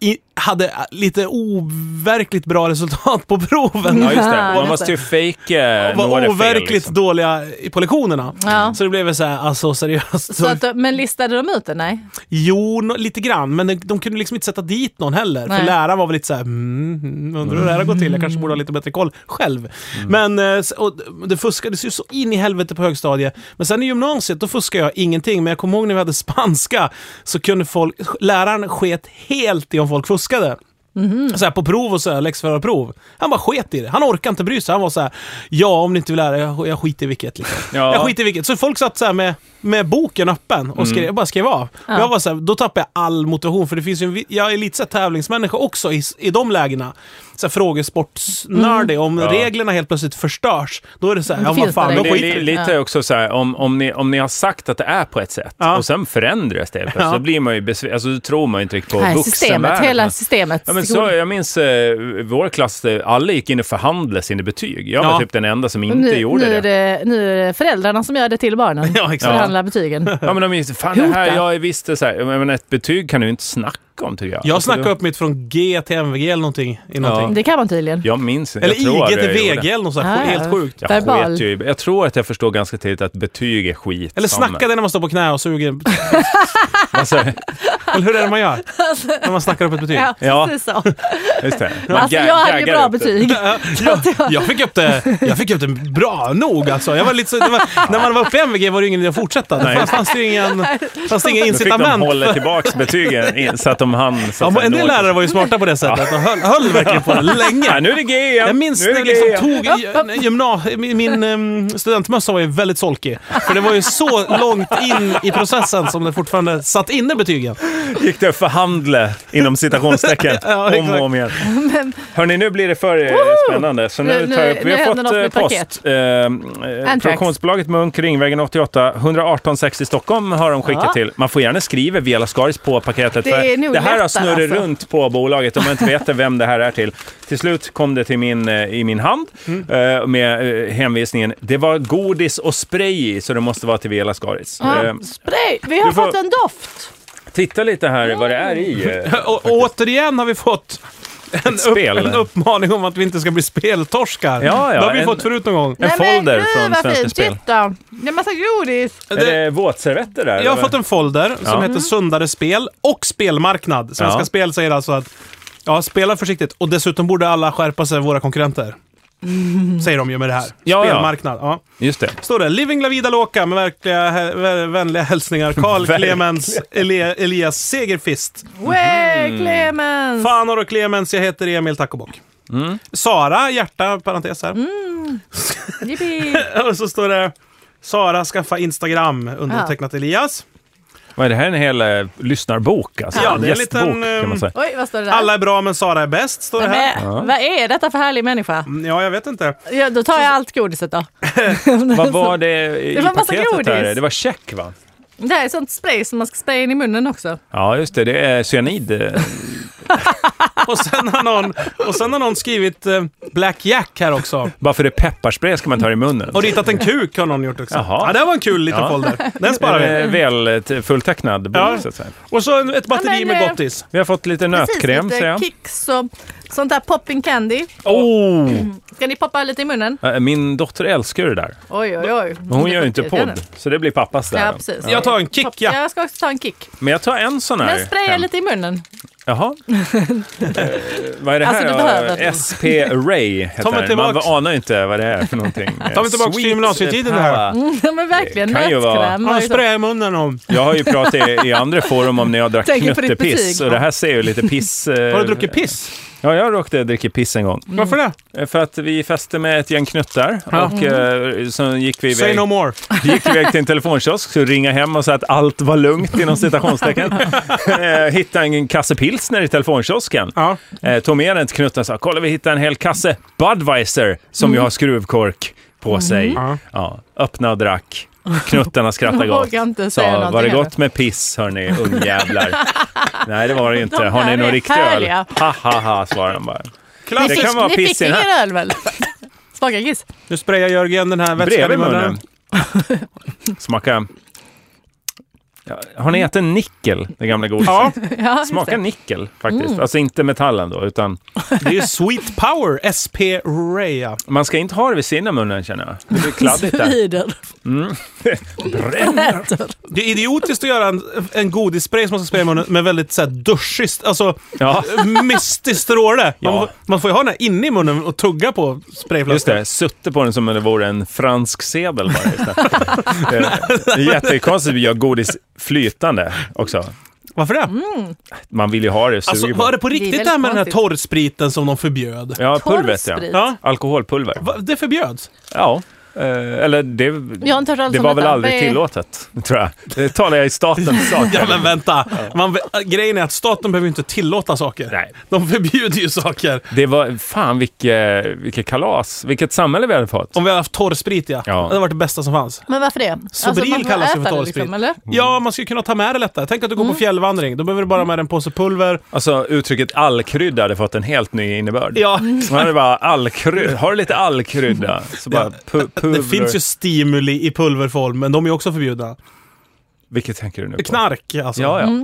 i, hade eh, lite overkligt bra resultat på proven.
Ja, just det.
Ja,
Man
just
måste
det.
ju fejka några
var
fel.
overkligt
liksom.
dåliga i- på lektionerna.
Ja.
Så det blev väl så här, alltså seriöst.
Så att, men listade de ut det? Nej.
Jo, nå- lite grann, men de, de kunde liksom inte sätta dit någon heller.
Nej.
För läraren var väl lite såhär, mm, mm, undrar hur det här har gått till, jag kanske borde ha lite bättre koll själv.
Mm.
Men eh, s- och d- det fuskades ju så in i helvete på högstadiet. Men sen i gymnasiet, då fuskade jag ingenting. Men jag kommer ihåg när vi hade spanska, så kunde folk, läraren sket helt i om folk fuskade. Så här på prov och så här, läxförarprov. Han bara sket i det. Han orkade inte bry sig. Han var så här, ja om ni inte vill lära er, jag, jag skiter i vilket. Liksom.
Ja. Mm.
Jag skiter i vilket. Så folk satt så här med, med boken öppen och skrev, jag bara skrev av. Och jag var så här, då tappade jag all motivation för det finns ju en, vi- jag är lite så här tävlingsmänniska också i, s- i de lägena. Så här, frågesportsnördig. Om
Ja. reglerna
reglerna helt plötsligt förstörs, då är det så här,
Det
ja
Mm. finns
vad fan,
bara
då
Men det
skit
skiter
är
i.
vi.
lite också så här, om, om, ni, om ni har sagt att det är på ett sätt
Ja.
och sen förändras det,
Ja.
ja. så blir man ju besviken. Alltså, då tror man ju inte riktigt på
Nej,
vuxenvärlden.
systemet, hela systemet.
Ja, men så, jag minns eh, vår klass, eh, alla gick in och förhandlade sina betyg. Jag var
Ja.
typ den enda som
Och
inte
nu,
gjorde
nu, är
det.
det, nu är det föräldrarna som gör det till barnen.
Ja, exakt.
Förhandlar betygen.
Ja, men de minns, fan det här,
Hota.
jag visste så här, jag menar, ett betyg kan du ju inte snacka om tycker jag.
Jag
Alltså,
snackade
det-
upp mitt från G till MVG eller någonting. I någonting.
Det kan man tydligen.
Jag minns inte.
Eller
jag tror
IG till
jag gjorde.
VG eller något så här,
Ah, ja.
helt sjukt.
Jag,
Verbal.
sket ju, i- jag tror att jag förstår ganska tidigt att betyg är skit.
Eller
som-
snackade när man står på knä och suger.
Alltså,
Eller hur är det man gör? När man snackar upp ett betyg.
Ja,
Ja.
precis så.
just det. Man
Alltså
gag-
jag hade ju
gaggar
bra
upp det.
betyg.
Ja, jag, fick upp det, jag fick upp det bra nog alltså. Jag var lite så, det var, när man var uppe i MVG var det ingen idé att fortsätta. Det
Nej.
fanns, fanns det ju ingen, fanns det inga
Då fick de
incitament.
hålla tillbaka betygen in, så att de hann. Så
Ja,
att
men en
nå-
del lärare var ju smarta på det sättet. De höll, höll verkligen på det
Ja,
länge.
nu är det G igen.
Jag minns
nu
när
är det
jag
G
liksom
igen.
tog i- gymna- min- min em, studentmössa var ju väldigt solkig. För det var ju så långt in i processen som det fortfarande satt inne betygen.
gick det att förhandla inom citationstecken
Ja,
om
exakt.
och om igen. Hörni, nu blir det för eh, spännande. Så nu,
Nu-
tar jag
nu-
upp. Vi
nu
har
händer
fått
något
eh,
med
post. Eh, eh,
Antrax.
Produktionsbolaget Munk, Ringvägen 88, 118 60 Stockholm har de skickat
Ja.
till. Man får gärna skriva Via Lascaris på paketet.
Det
för
är nog
det här har
lättare,
snurrat
alltså.
runt på bolaget och man inte vet vem det här är till. Till slut kom det till min, eh, i min hand
Mm.
eh, med eh, hänvisningen det var godis och spray i, så det måste vara till Via Lascaris. Eh,
Ja, spray. Vi har
du får-
fått en doft.
titta lite här vad det är i. eh.
Och, och återigen har vi fått en, upp,
spel.
en uppmaning om att vi inte ska bli speltorskar.
Ja, ja,
det har vi
en-
fått förut någon gång.
En folder
gud,
från
vad
Svenska
fint.
Spel.
Titta, det är massa godis.
Är det våtservetter där?
Jag har
eller?
fått en folder som
Ja.
heter Sundare spel och spelmarknad. Svenska
Ja.
Spel säger alltså att ja, spela försiktigt och dessutom borde alla skärpa sig, våra konkurrenter. Säger de ju med det här.
Ja, ja.
Spelmarknad. Ja.
Just det.
Står det. Living la vida loca med verkliga, hä- vä- vänliga hälsningar. Karl
Verkligen. Mm.
Clemens Ele- Elias Segerfist.
Way, Clemens!
Fanor och Clemens, jag heter Emil Tacobock.
Mm.
Sara, hjärta, parentes här.
Jippi.
Och så står det Sara skaffa Instagram, undertecknat Elias.
Vad är det här? En hel eh, lyssnarbok alltså?
Ja,
En
det är en
gästbok,
liten, ehm,
kan man säga.
Oj, vad står det där?
Alla är bra men Sara är bäst, står det
Nej,
här. Mm,
men, Vad är detta för härlig människa?
Ja, jag vet inte.
Ja, då tar jag allt godiset då.
Vad var det i
Det var massa
paketet
godis.
här? Det var check va?
Det här är sånt spray som man ska spraya in i munnen också.
Ja, just det. Det är cyanid. eh,
Och sen har någon, och sen har någon skrivit eh, Black Jack här också.
Bara för det är pepparspray ska man ta i munnen.
Och ritat en kuk har någon gjort också.
Jaha.
Ja, det var en kul liten
Ja.
folder. Den sparar vi.
Eh, Väl eh, t- fulltecknad bok,
Ja.
så att säga.
Och så en- ett batteri
Ja, men,
med
eh,
gottis.
Vi har fått lite nötkräm,
Precis,
ser
lite
jag.
Kicks och sånt där popping candy.
Oh!
Ska ni poppa lite i munnen?
Eh, Min dotter älskar ju det där.
Oj, oj, oj.
Men Hon gör ju inte
Det får ut
podd, så det blir pappas
den.
där.
Ja,
då.
precis.
Jag tar en kick, ja.
Jag ska också ta en kick.
Men jag tar en sån här.
Men spraya
hem.
lite i munnen.
Jaha. Eh, vad är det
Alltså,
här
du
då?
behöver den.
SP Ray heter
Ta mig
den. Man
tillbaks.
anar ju inte vad det är för någonting. Eh,
Ta mig tillbaks till
Sweet
gymnasietiden det här.
Power.
Ja, men verkligen.
Det kan ju vara-
Nötkräm.
Han
var ju så-
sprayar i munnen och...
Jag har ju pratat i, i andra forum om när jag drack
Tänker på ditt
knuttepiss
betyg.
och det här ser ju lite piss... eh,
Har du druckit piss?
mm.
Ja, jag råkade dricka piss en gång.
Varför det?
Eh, För att vi festade med ett gäng knuttar
Ja. Mm.
och eh, sen gick vi
Say
iväg,
no more.
gick iväg till en telefonkiosk, så ringa hem och sa att allt var lugnt inom citationstecken. Eh, Hittade en kasse pilsner i telefonkiosken.
Ja.
Eh, tog med den till knuttarna och sa kolla vi hittade en hel kasse Budweiser som ju har skruvkork
Mm.
på sig.
Ja.
Ja, öppna och drack. Knuttarna skrattade
Jag
gott.
vågar inte säga
Sa,
någonting
var det
här.
gott med piss hörni, ungjävlar? Nej det var det inte.
De
Har ni
här
någon
är
riktig öl?
härliga.
Ha ha ha, svarade han bara.
Ni
Det
Klassiskt.
fick,
kan vara
ni
piss
fick
i den här.
ingen öl väl? Smaka kiss.
Nu sprayar Jörgen den här vätskan i
Bredvid
munnen.
munnen. Smaka. Ja, har ni ätit nickel, det gamla godiset?
Ja,
Ja, just
Smaka
det. Mm.
nickel faktiskt. Alltså inte metallen då, utan
det är ju Sweet Power, SP Raya.
man ska inte ha det vid sidan av munnen känner jag. Det blir kladdigt där.
Svider. Äter.
Det är idiotiskt att göra en, en godisspray som man ska spraya i munnen med väldigt så här, duschigt, alltså
Ja.
mystiskt stråle. Man,
Ja.
får- man får ju ha den här inne i munnen och tugga på
Just
sprayflaskan.
det, sutte på den som om det vore en fransk sedel bara. istället. Det är Jättekonstigt att göra godis flytande också.
Varför det?
Man vill ju ha det
Alltså,
Mm. suger på.
var det på riktigt det,
väldigt
här med den här
konstigt.
torrspriten som de förbjöd?
Ja, pulvret ja.
Torrsprit.
Ja.
Alkoholpulver.
Va, det förbjöds?
Ja. Eh, eller det,
Jag har inte hört alls
det
om
var väl
detta.
aldrig
Det är-
tillåtet, tror jag. Det talar jag i statens sak.
Ja, men vänta. Man, grejen är att staten behöver ju inte tillåta saker.
Nej.
De förbjuder ju saker.
Det var, fan vilket, vilket kalas, vilket samhälle vi hade fått.
Om vi hade haft torrsprit, ja.
Ja.
Det hade varit det bästa som fanns.
Men varför det? Alltså,
Sobril
man får
kallas ju
äta
för
det liksom,
torrsprit.
eller?
Mm.
Ja, man skulle kunna ta med det lättare. Tänk att du går
Mm.
på fjällvandring. Då behöver du bara med en påse pulver.
Alltså uttrycket allkrydda hade fått en helt ny innebörd.
Ja,
Man hade bara allkrydda, har du lite allkrydda? Så bara pu-
det
pulver.
finns ju stimuli i pulverform, men de är ju också förbjudna.
Vilket tänker du nu på?
Knark, alltså.
Ja, ja.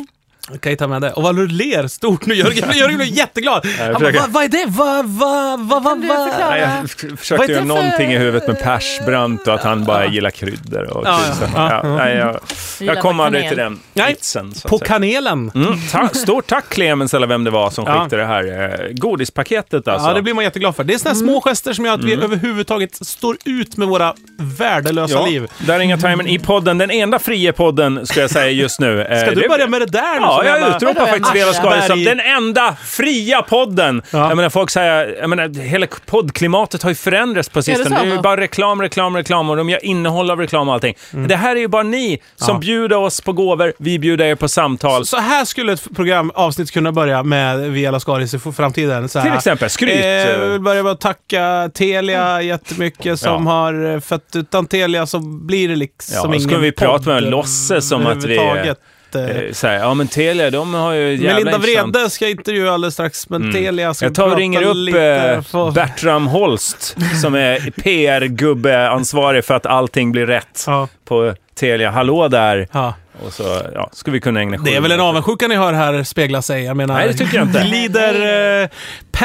Jag kan ju ta med det. Och vad du ler stort nu. Jörgen, Jörgen blir jätteglad. Han bara,
försöker-
vad vad är det? Vad, vad, vad, vad?
Kan du förklara?
Nej, jag f- försökte
Vad är
göra
det
någonting i huvudet med Persbrandt och att han bara gillar kryddor och
Ja, ja. Mm.
tusen. Ja, nej, jag,
Gillar
jag kom
med
aldrig
kanel.
till den
Nej.
vitsen. Så
På
att säga.
kanelen.
Mm, tack, stort tack Clemens eller vem det var som
Ja.
skickade det här eh, godispaketet alltså.
Ja, det blir man jätteglad för. Det är såna här små gester som gör att vi överhuvudtaget står ut med våra värdelösa
Ja,
liv.
Där ringer timern i podden, den enda fria podden ska jag säga just nu. Eh,
Ska du
det-
börja med det där nu?
Ja,
som
jag
jävla-
utropar
Vadå,
faktiskt
Emma?
Vela Skari som
Berg.
den enda fria podden.
Ja.
Jag menar, folk säger, jag menar, hela poddklimatet har ju förändrats på sistone.
så,
Det, är ju
Emma?
bara reklam, reklam, reklam och de gör innehåll av reklam och allting. Men Det här är ju bara ni som
Mm. Ja.
bjuder oss på gåvor, vi bjuder er på samtal.
Så här skulle ett program, avsnitt kunna börja med Via Lascaris i framtiden. Så här,
Till exempel, skryt. Mm.
Eh, jag vill börja med att tacka Telia jättemycket som
Ja.
har, eh, för att utan Telia så blir det liksom
Ja,
ingen
skulle vi prata med
podd
låtsas som att vi...
överhuvudtaget. Eh,
eh, Så här, ja men Telia, de har ju jävla
Melinda
intressant- Mm.
Vrede ska jag intervjua alldeles strax, men Telia ska
Jag tar och
prata
ringer upp
lite.
eh,
för-
Bertram Holst som är PR-gubbe ansvarig för att allting blir rätt
Ja,
på Telia. Hallå där!
ja.
Och så ja, skulle vi kunna ägna
Det är
sju
väl en
minuter.
avundsjuka ni hör här spegla sig. Jag menar,
Nej, det tycker jag inte.
glider eh,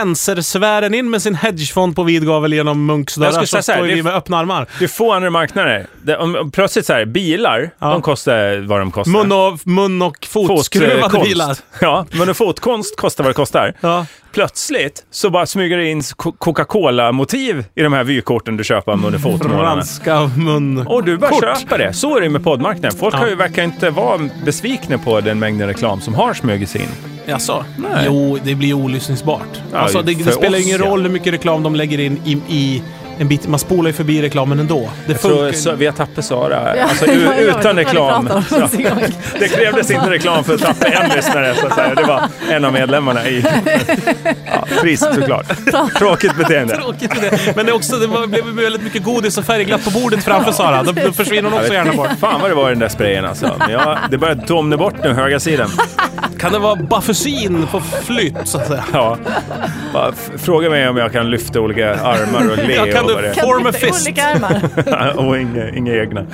pensersfären in med sin hedgefond på vid gavel genom
Jag
Munksdörrar
skulle
så
säga så här,
står ju
det-
vi med öppna armar.
Det är få andra marknader. Det, om, om, plötsligt så här, bilar,
Ja.
de kostar vad de kostar.
Mun och, mun och fotskruvade
Fotkonst.
bilar.
Ja, mun och fotkonst kostar vad det kostar.
Ja.
Plötsligt så bara smyger det in Co- Coca-Cola-motiv i de här vykorten du köper
Mm.
av mun och fotmålarna.
Franska mun...
Och du bara köper det. Så är det ju med poddmarknaden. Folk har ju, verkar inte vara besvikna på den mängden reklam som har smugits in.
Jaså?
Nej.
Jo, det blir ju olyssningsbart.
Ja,
alltså, det,
för
det spelar ju
oss,
ingen
ja.
roll hur mycket reklam de lägger in i, i en bit, man spolar ju förbi reklamen ändå. Det
Jag tror
funkar
så,
ju.
vi har Tappe Sara,
Ja,
alltså,
jag vet
u-
inte vad
utan
ni
reklam.
pratar om
Så,
ens en gång.
det krävdes inte reklam för Tappe, en lyssnare. Så att säga. Det var en av medlemmarna i... Ja, trist såklart. Tråkigt beteende.
Tråkigt med det. Men det, är också, det var, blev väldigt mycket godis och färgglatt på bordet framför Sara. Då, då försvinner hon också gärna bort.
Fan vad det var i den där sprayen alltså. Men jag, det börjar domna bort nu, högra sidan.
Kan det vara baffusin på flytt, så att säga?
Ja. Bara f- Fråga mig om jag kan lyfta olika armar och le
Ja, kan
och
du
vad det
få- Form a
Lite
fist.
Olika armar.
är. Och inga, inga egna.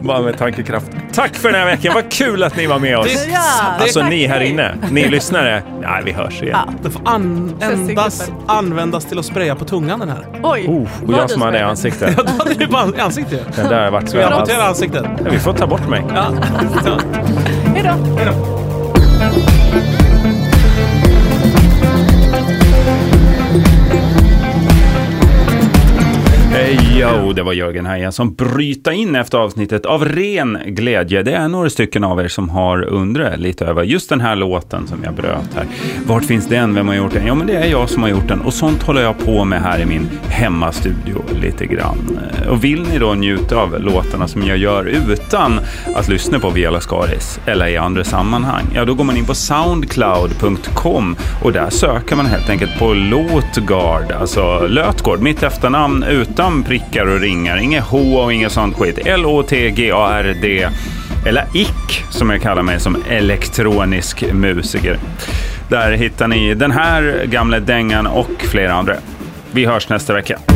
Bara med tankekraft. Tack för den här veckan, vad kul att ni var med oss.
Ja,
Alltså
tack.
ni här inne, ni lyssnare. Nej, vi hörs igen.
Det får an, endast användas till att spraya på tungan den här.
Oj,
Oh, och
vad
jag
du
som hade
sprayade.
ansiktet.
Ja, du hade ju bara ansiktet ju.
Den där har varit så
Vi
jävla-
amputerar ansiktet.
Vi får ta bort mig.
Ja. Ja.
Hejdå.
Hej, Jo, det var Jörgen här igen som bryta in efter avsnittet av ren glädje. Det är några stycken av er som har undrat lite över just den här låten som jag bröt här. Vart finns den? Vem har gjort den? Ja, men det är jag som har gjort den och sånt håller jag på med här i min hemmastudio lite grann. Och vill ni då njuta av låtarna som jag gör utan att lyssna på Via Lascaris eller i andra sammanhang, ja då går man in på soundcloud.com och där söker man helt enkelt på Lotgard, alltså Lötgård, mitt efternamn utan prickar och ringar, inget H och inget sånt skit. L-O-T-G-A-R-D, eller ICK som jag kallar mig som elektronisk musiker. Där hittar ni den här gamla dängan och flera andra. Vi hörs nästa vecka.